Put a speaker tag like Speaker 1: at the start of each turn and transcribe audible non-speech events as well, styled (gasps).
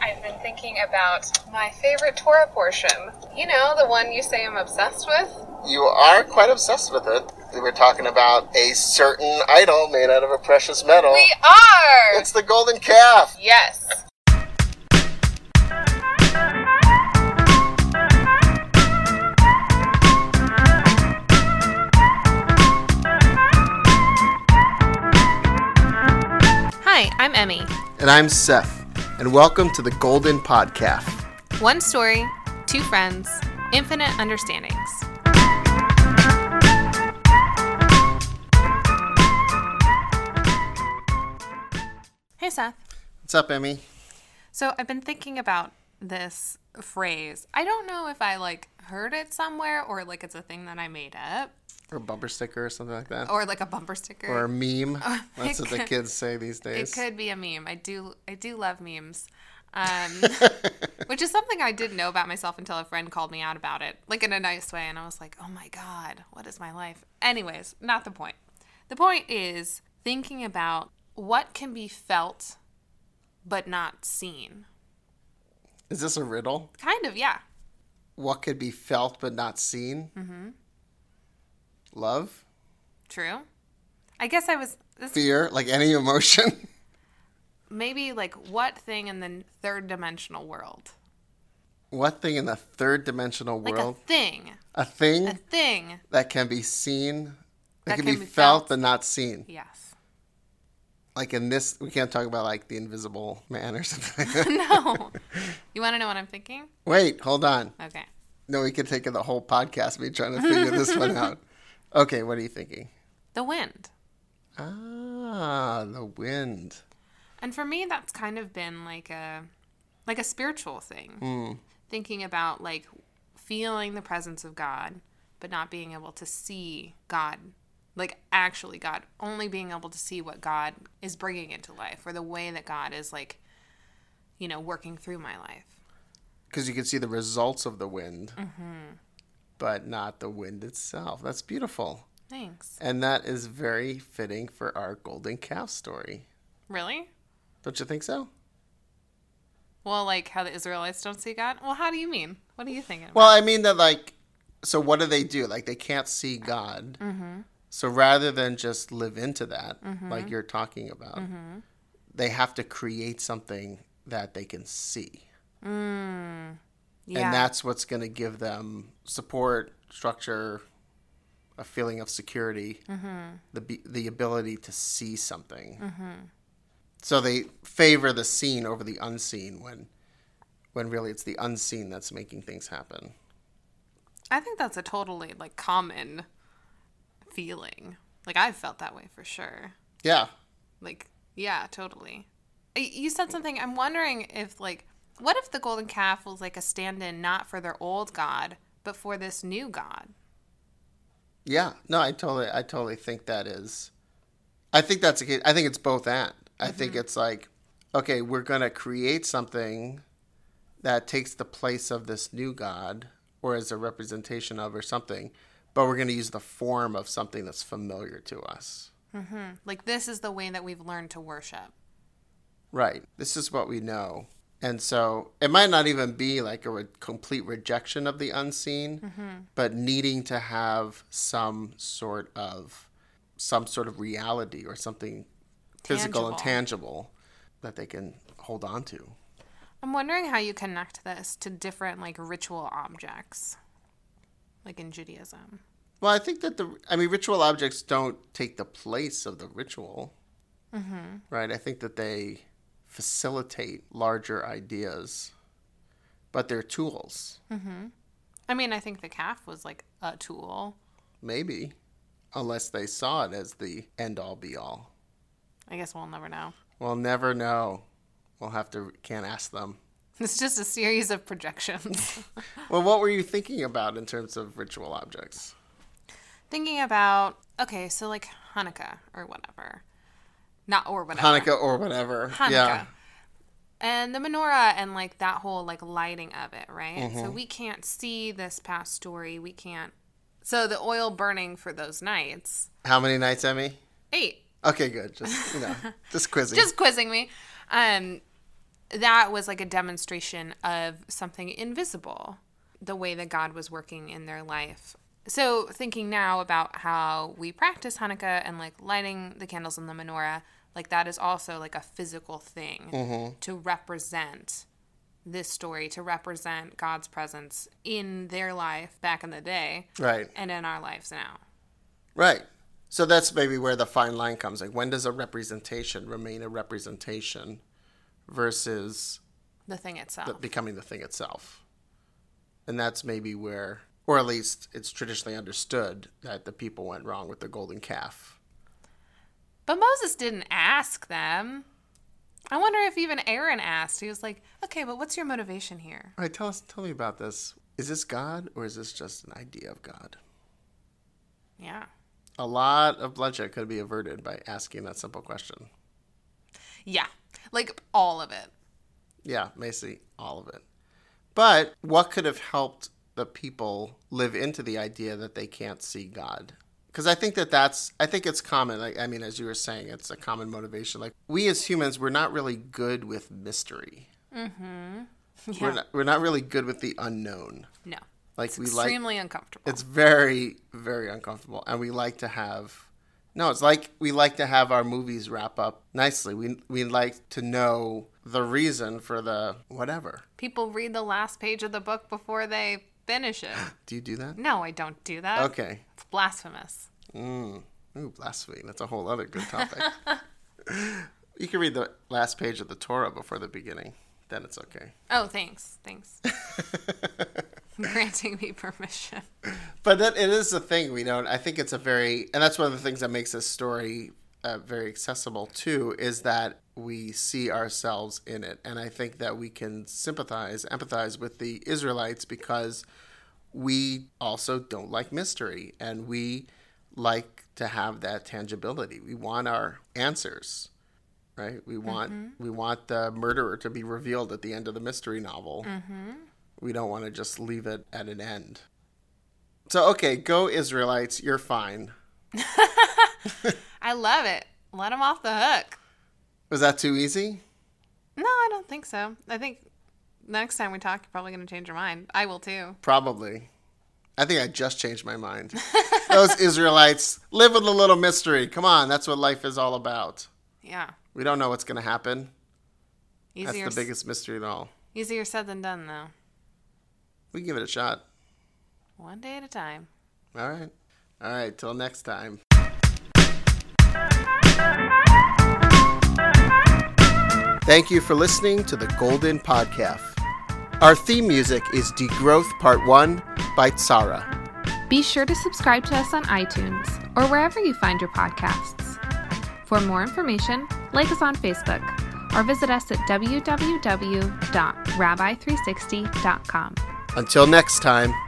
Speaker 1: I've been thinking about my favorite Torah portion. You know, the one you say I'm obsessed with?
Speaker 2: You are quite obsessed with it. We were talking about a certain idol made out of a precious metal.
Speaker 1: We are!
Speaker 2: It's the golden calf.
Speaker 1: Yes. Hi, I'm Emmy.
Speaker 2: And I'm Seth, and welcome to the Golden Podcast.
Speaker 1: One story, two friends, infinite understandings. Hey, Seth.
Speaker 2: What's up, Emmy?
Speaker 1: So I've been thinking about this phrase. I don't know if I like heard it somewhere or like it's a thing that I made up
Speaker 2: Or a bumper sticker or something like that?
Speaker 1: or like a bumper sticker.
Speaker 2: Or a meme? (laughs) That's
Speaker 1: Oh, it
Speaker 2: what the
Speaker 1: could-
Speaker 2: kids say these
Speaker 1: It
Speaker 2: days.
Speaker 1: could be a meme. I do I do love memes. Um, which is something I didn't know about myself until a friend called me out about it, like in a nice way, and I was like, "Oh my god, what is my life?" Anyways, not the point. The point is thinking about what can be felt but not seen.
Speaker 2: Is this a riddle?
Speaker 1: Kind of, yeah.
Speaker 2: What could be felt but not seen? Mm-hmm. Love?
Speaker 1: True. I guess I was this
Speaker 2: Fear? Like any emotion? (laughs)
Speaker 1: maybe like what thing in the third dimensional world?
Speaker 2: what thing in the third dimensional
Speaker 1: Like
Speaker 2: world? Hmm.
Speaker 1: a thing.
Speaker 2: A, thing
Speaker 1: A thing.
Speaker 2: that can be seen,
Speaker 1: That
Speaker 2: that, can, be, felt, but not seen.
Speaker 1: Yes. (laughs)
Speaker 2: Like in this, we can't talk about like the invisible man or something. (laughs) like that.
Speaker 1: No. you want to know what I'm thinking?
Speaker 2: Wait, hold on.
Speaker 1: Okay.
Speaker 2: No, we could take the whole podcast me trying to figure this one (laughs) out. Okay, what are you thinking?
Speaker 1: The wind.
Speaker 2: Ah, the wind.
Speaker 1: And for me that's kind of been like a like a spiritual thing.
Speaker 2: Mm.
Speaker 1: Thinking about like feeling the presence of God but not being able to see God. Like actually God, only being able to see what God is bringing into life or the way that God is like you know, working through my life.
Speaker 2: Because you can see the results of the wind, Mm-hmm. but not the wind itself. That's beautiful.
Speaker 1: Thanks.
Speaker 2: And that is very fitting for our golden calf story.
Speaker 1: Really?
Speaker 2: Don't you think so?
Speaker 1: Well, like how the Israelites don't see God? Well, how do you mean? What are you thinking about?
Speaker 2: Well, I mean that like, so what do they do? Like they can't see God. So rather than just live into that, like you're talking about, they have to create something that they can see,
Speaker 1: yeah.
Speaker 2: and that's what's going to give them support, structure, a feeling of security, the be- the ability to see something. So they favor the seen over the unseen when, when really it's the unseen that's making things happen.
Speaker 1: I think that's a totally like common feeling. Like I've felt that way for sure.
Speaker 2: Yeah,
Speaker 1: Like yeah, totally. Y- You said something. I'm wondering if like what if the golden calf was like a stand-in not for their old god, but for this new god?
Speaker 2: Yeah, no, I totally, I totally think that is. I think that's a. I think it's both and. I think it's like, okay, we're gonna create something that takes the place of this new god, or as a representation of, or something, but we're gonna use the form of something that's familiar to us.
Speaker 1: Like this is the way that we've learned to worship.
Speaker 2: Right. This is what we know. And so it might not even be like a re- complete rejection of the unseen, but needing to have some sort of some sort of reality or something physical and tangible that they can hold on to.
Speaker 1: I'm wondering how you connect this to different like ritual objects, like in Judaism.
Speaker 2: Well, I think that the I mean ritual objects don't take the place of the ritual, right? I think that they facilitate larger ideas, but they're tools.
Speaker 1: I mean, I think the calf was like a tool.
Speaker 2: Maybe. Unless they saw it as the end all be all.
Speaker 1: I guess we'll never know. (laughs)
Speaker 2: We'll never know. We'll have to, can't ask them.
Speaker 1: It's just a series of projections. (laughs)
Speaker 2: Well, what were you thinking about in terms of ritual objects?
Speaker 1: Thinking about okay, so like Hanukkah or whatever, not or whatever.
Speaker 2: Hanukkah or whatever.
Speaker 1: Hanukkah.
Speaker 2: Yeah.
Speaker 1: And the menorah and like that whole like lighting of it, right? So we can't see this past story. We can't. So the oil burning for those nights.
Speaker 2: How many nights, Emmy?
Speaker 1: Eight.
Speaker 2: Okay, good. Just, you know, just quizzing.
Speaker 1: Just quizzing me. Um, that was like a demonstration of something invisible, the way that God was working in their life. So, thinking now about how we practice Hanukkah and like lighting the candles in the menorah, like that is also like a physical thing to represent this story, to represent God's presence in their life back in the day
Speaker 2: Right.
Speaker 1: and in our lives now.
Speaker 2: Right. So that's maybe where the fine line comes. Like, when does a representation remain a representation versus
Speaker 1: The thing itself.
Speaker 2: becoming the thing itself? And that's maybe where, or at least it's traditionally understood that the people went wrong with the golden calf.
Speaker 1: But Moses didn't ask them. I wonder if even Aaron asked. He was like, okay, but what's your motivation here?
Speaker 2: All right, tell us, tell me about this. Is this God or is this just an idea of God?
Speaker 1: Yeah.
Speaker 2: A lot of bloodshed could be averted by asking that simple question.
Speaker 1: Yeah. Like all of it.
Speaker 2: Yeah, basically all of it. But what could have helped the people live into the idea that they can't see God? Because I think that that's, I think it's common. Like, I mean, as you were saying, it's a common motivation. Like, we as humans, we're not really good with mystery. Mm-hmm. We're,
Speaker 1: Yeah.
Speaker 2: not, we're not really good with the unknown.
Speaker 1: No.
Speaker 2: Like,
Speaker 1: It's
Speaker 2: we like
Speaker 1: extremely uncomfortable.
Speaker 2: it's very very uncomfortable and we like to have no it's like we like to have our movies wrap up nicely we we like to know the reason for the whatever
Speaker 1: People read the last page of the book before they finish
Speaker 2: (gasps)
Speaker 1: it.
Speaker 2: do you do that
Speaker 1: No, I don't do that.
Speaker 2: okay
Speaker 1: It's blasphemous.
Speaker 2: ooh blasphemy that's a whole other good topic you can read the last page of the torah before the beginning then it's okay
Speaker 1: Oh, thanks.
Speaker 2: (laughs)
Speaker 1: Thanks. (laughs) Granting me permission.
Speaker 2: but that, it is a thing we don't i think it's a very and that's one of the things that makes this story uh, very accessible too is that we see ourselves in it and i think that we can sympathize empathize with the israelites because we also don't like mystery and we like to have that tangibility we want our answers right we want we want the murderer to be revealed at the end of the mystery novel we don't want to just leave it at an end so okay, go Israelites, you're fine.
Speaker 1: I love it. Let them off the hook.
Speaker 2: Was that too easy?
Speaker 1: No, I don't think so. I think next time we talk, you're probably going to change your mind. I will too.
Speaker 2: Probably. I think I just changed my mind. Those Israelites live with a little mystery. Come on, that's what life is all about.
Speaker 1: Yeah.
Speaker 2: We don't know what's going to happen. That's
Speaker 1: Easier,
Speaker 2: the biggest mystery of all.
Speaker 1: easier said than done, though.
Speaker 2: We can give it a shot.
Speaker 1: One day at a time.
Speaker 2: All right. All right, till next time. Thank you for listening to the Golden Podcast. Our theme music is Degrowth Part 1 by Tsara.
Speaker 3: Be sure to subscribe to us on iTunes or wherever you find your podcasts. For more information, like us on Facebook or visit us at www.rabbi360.com.
Speaker 2: Until next time.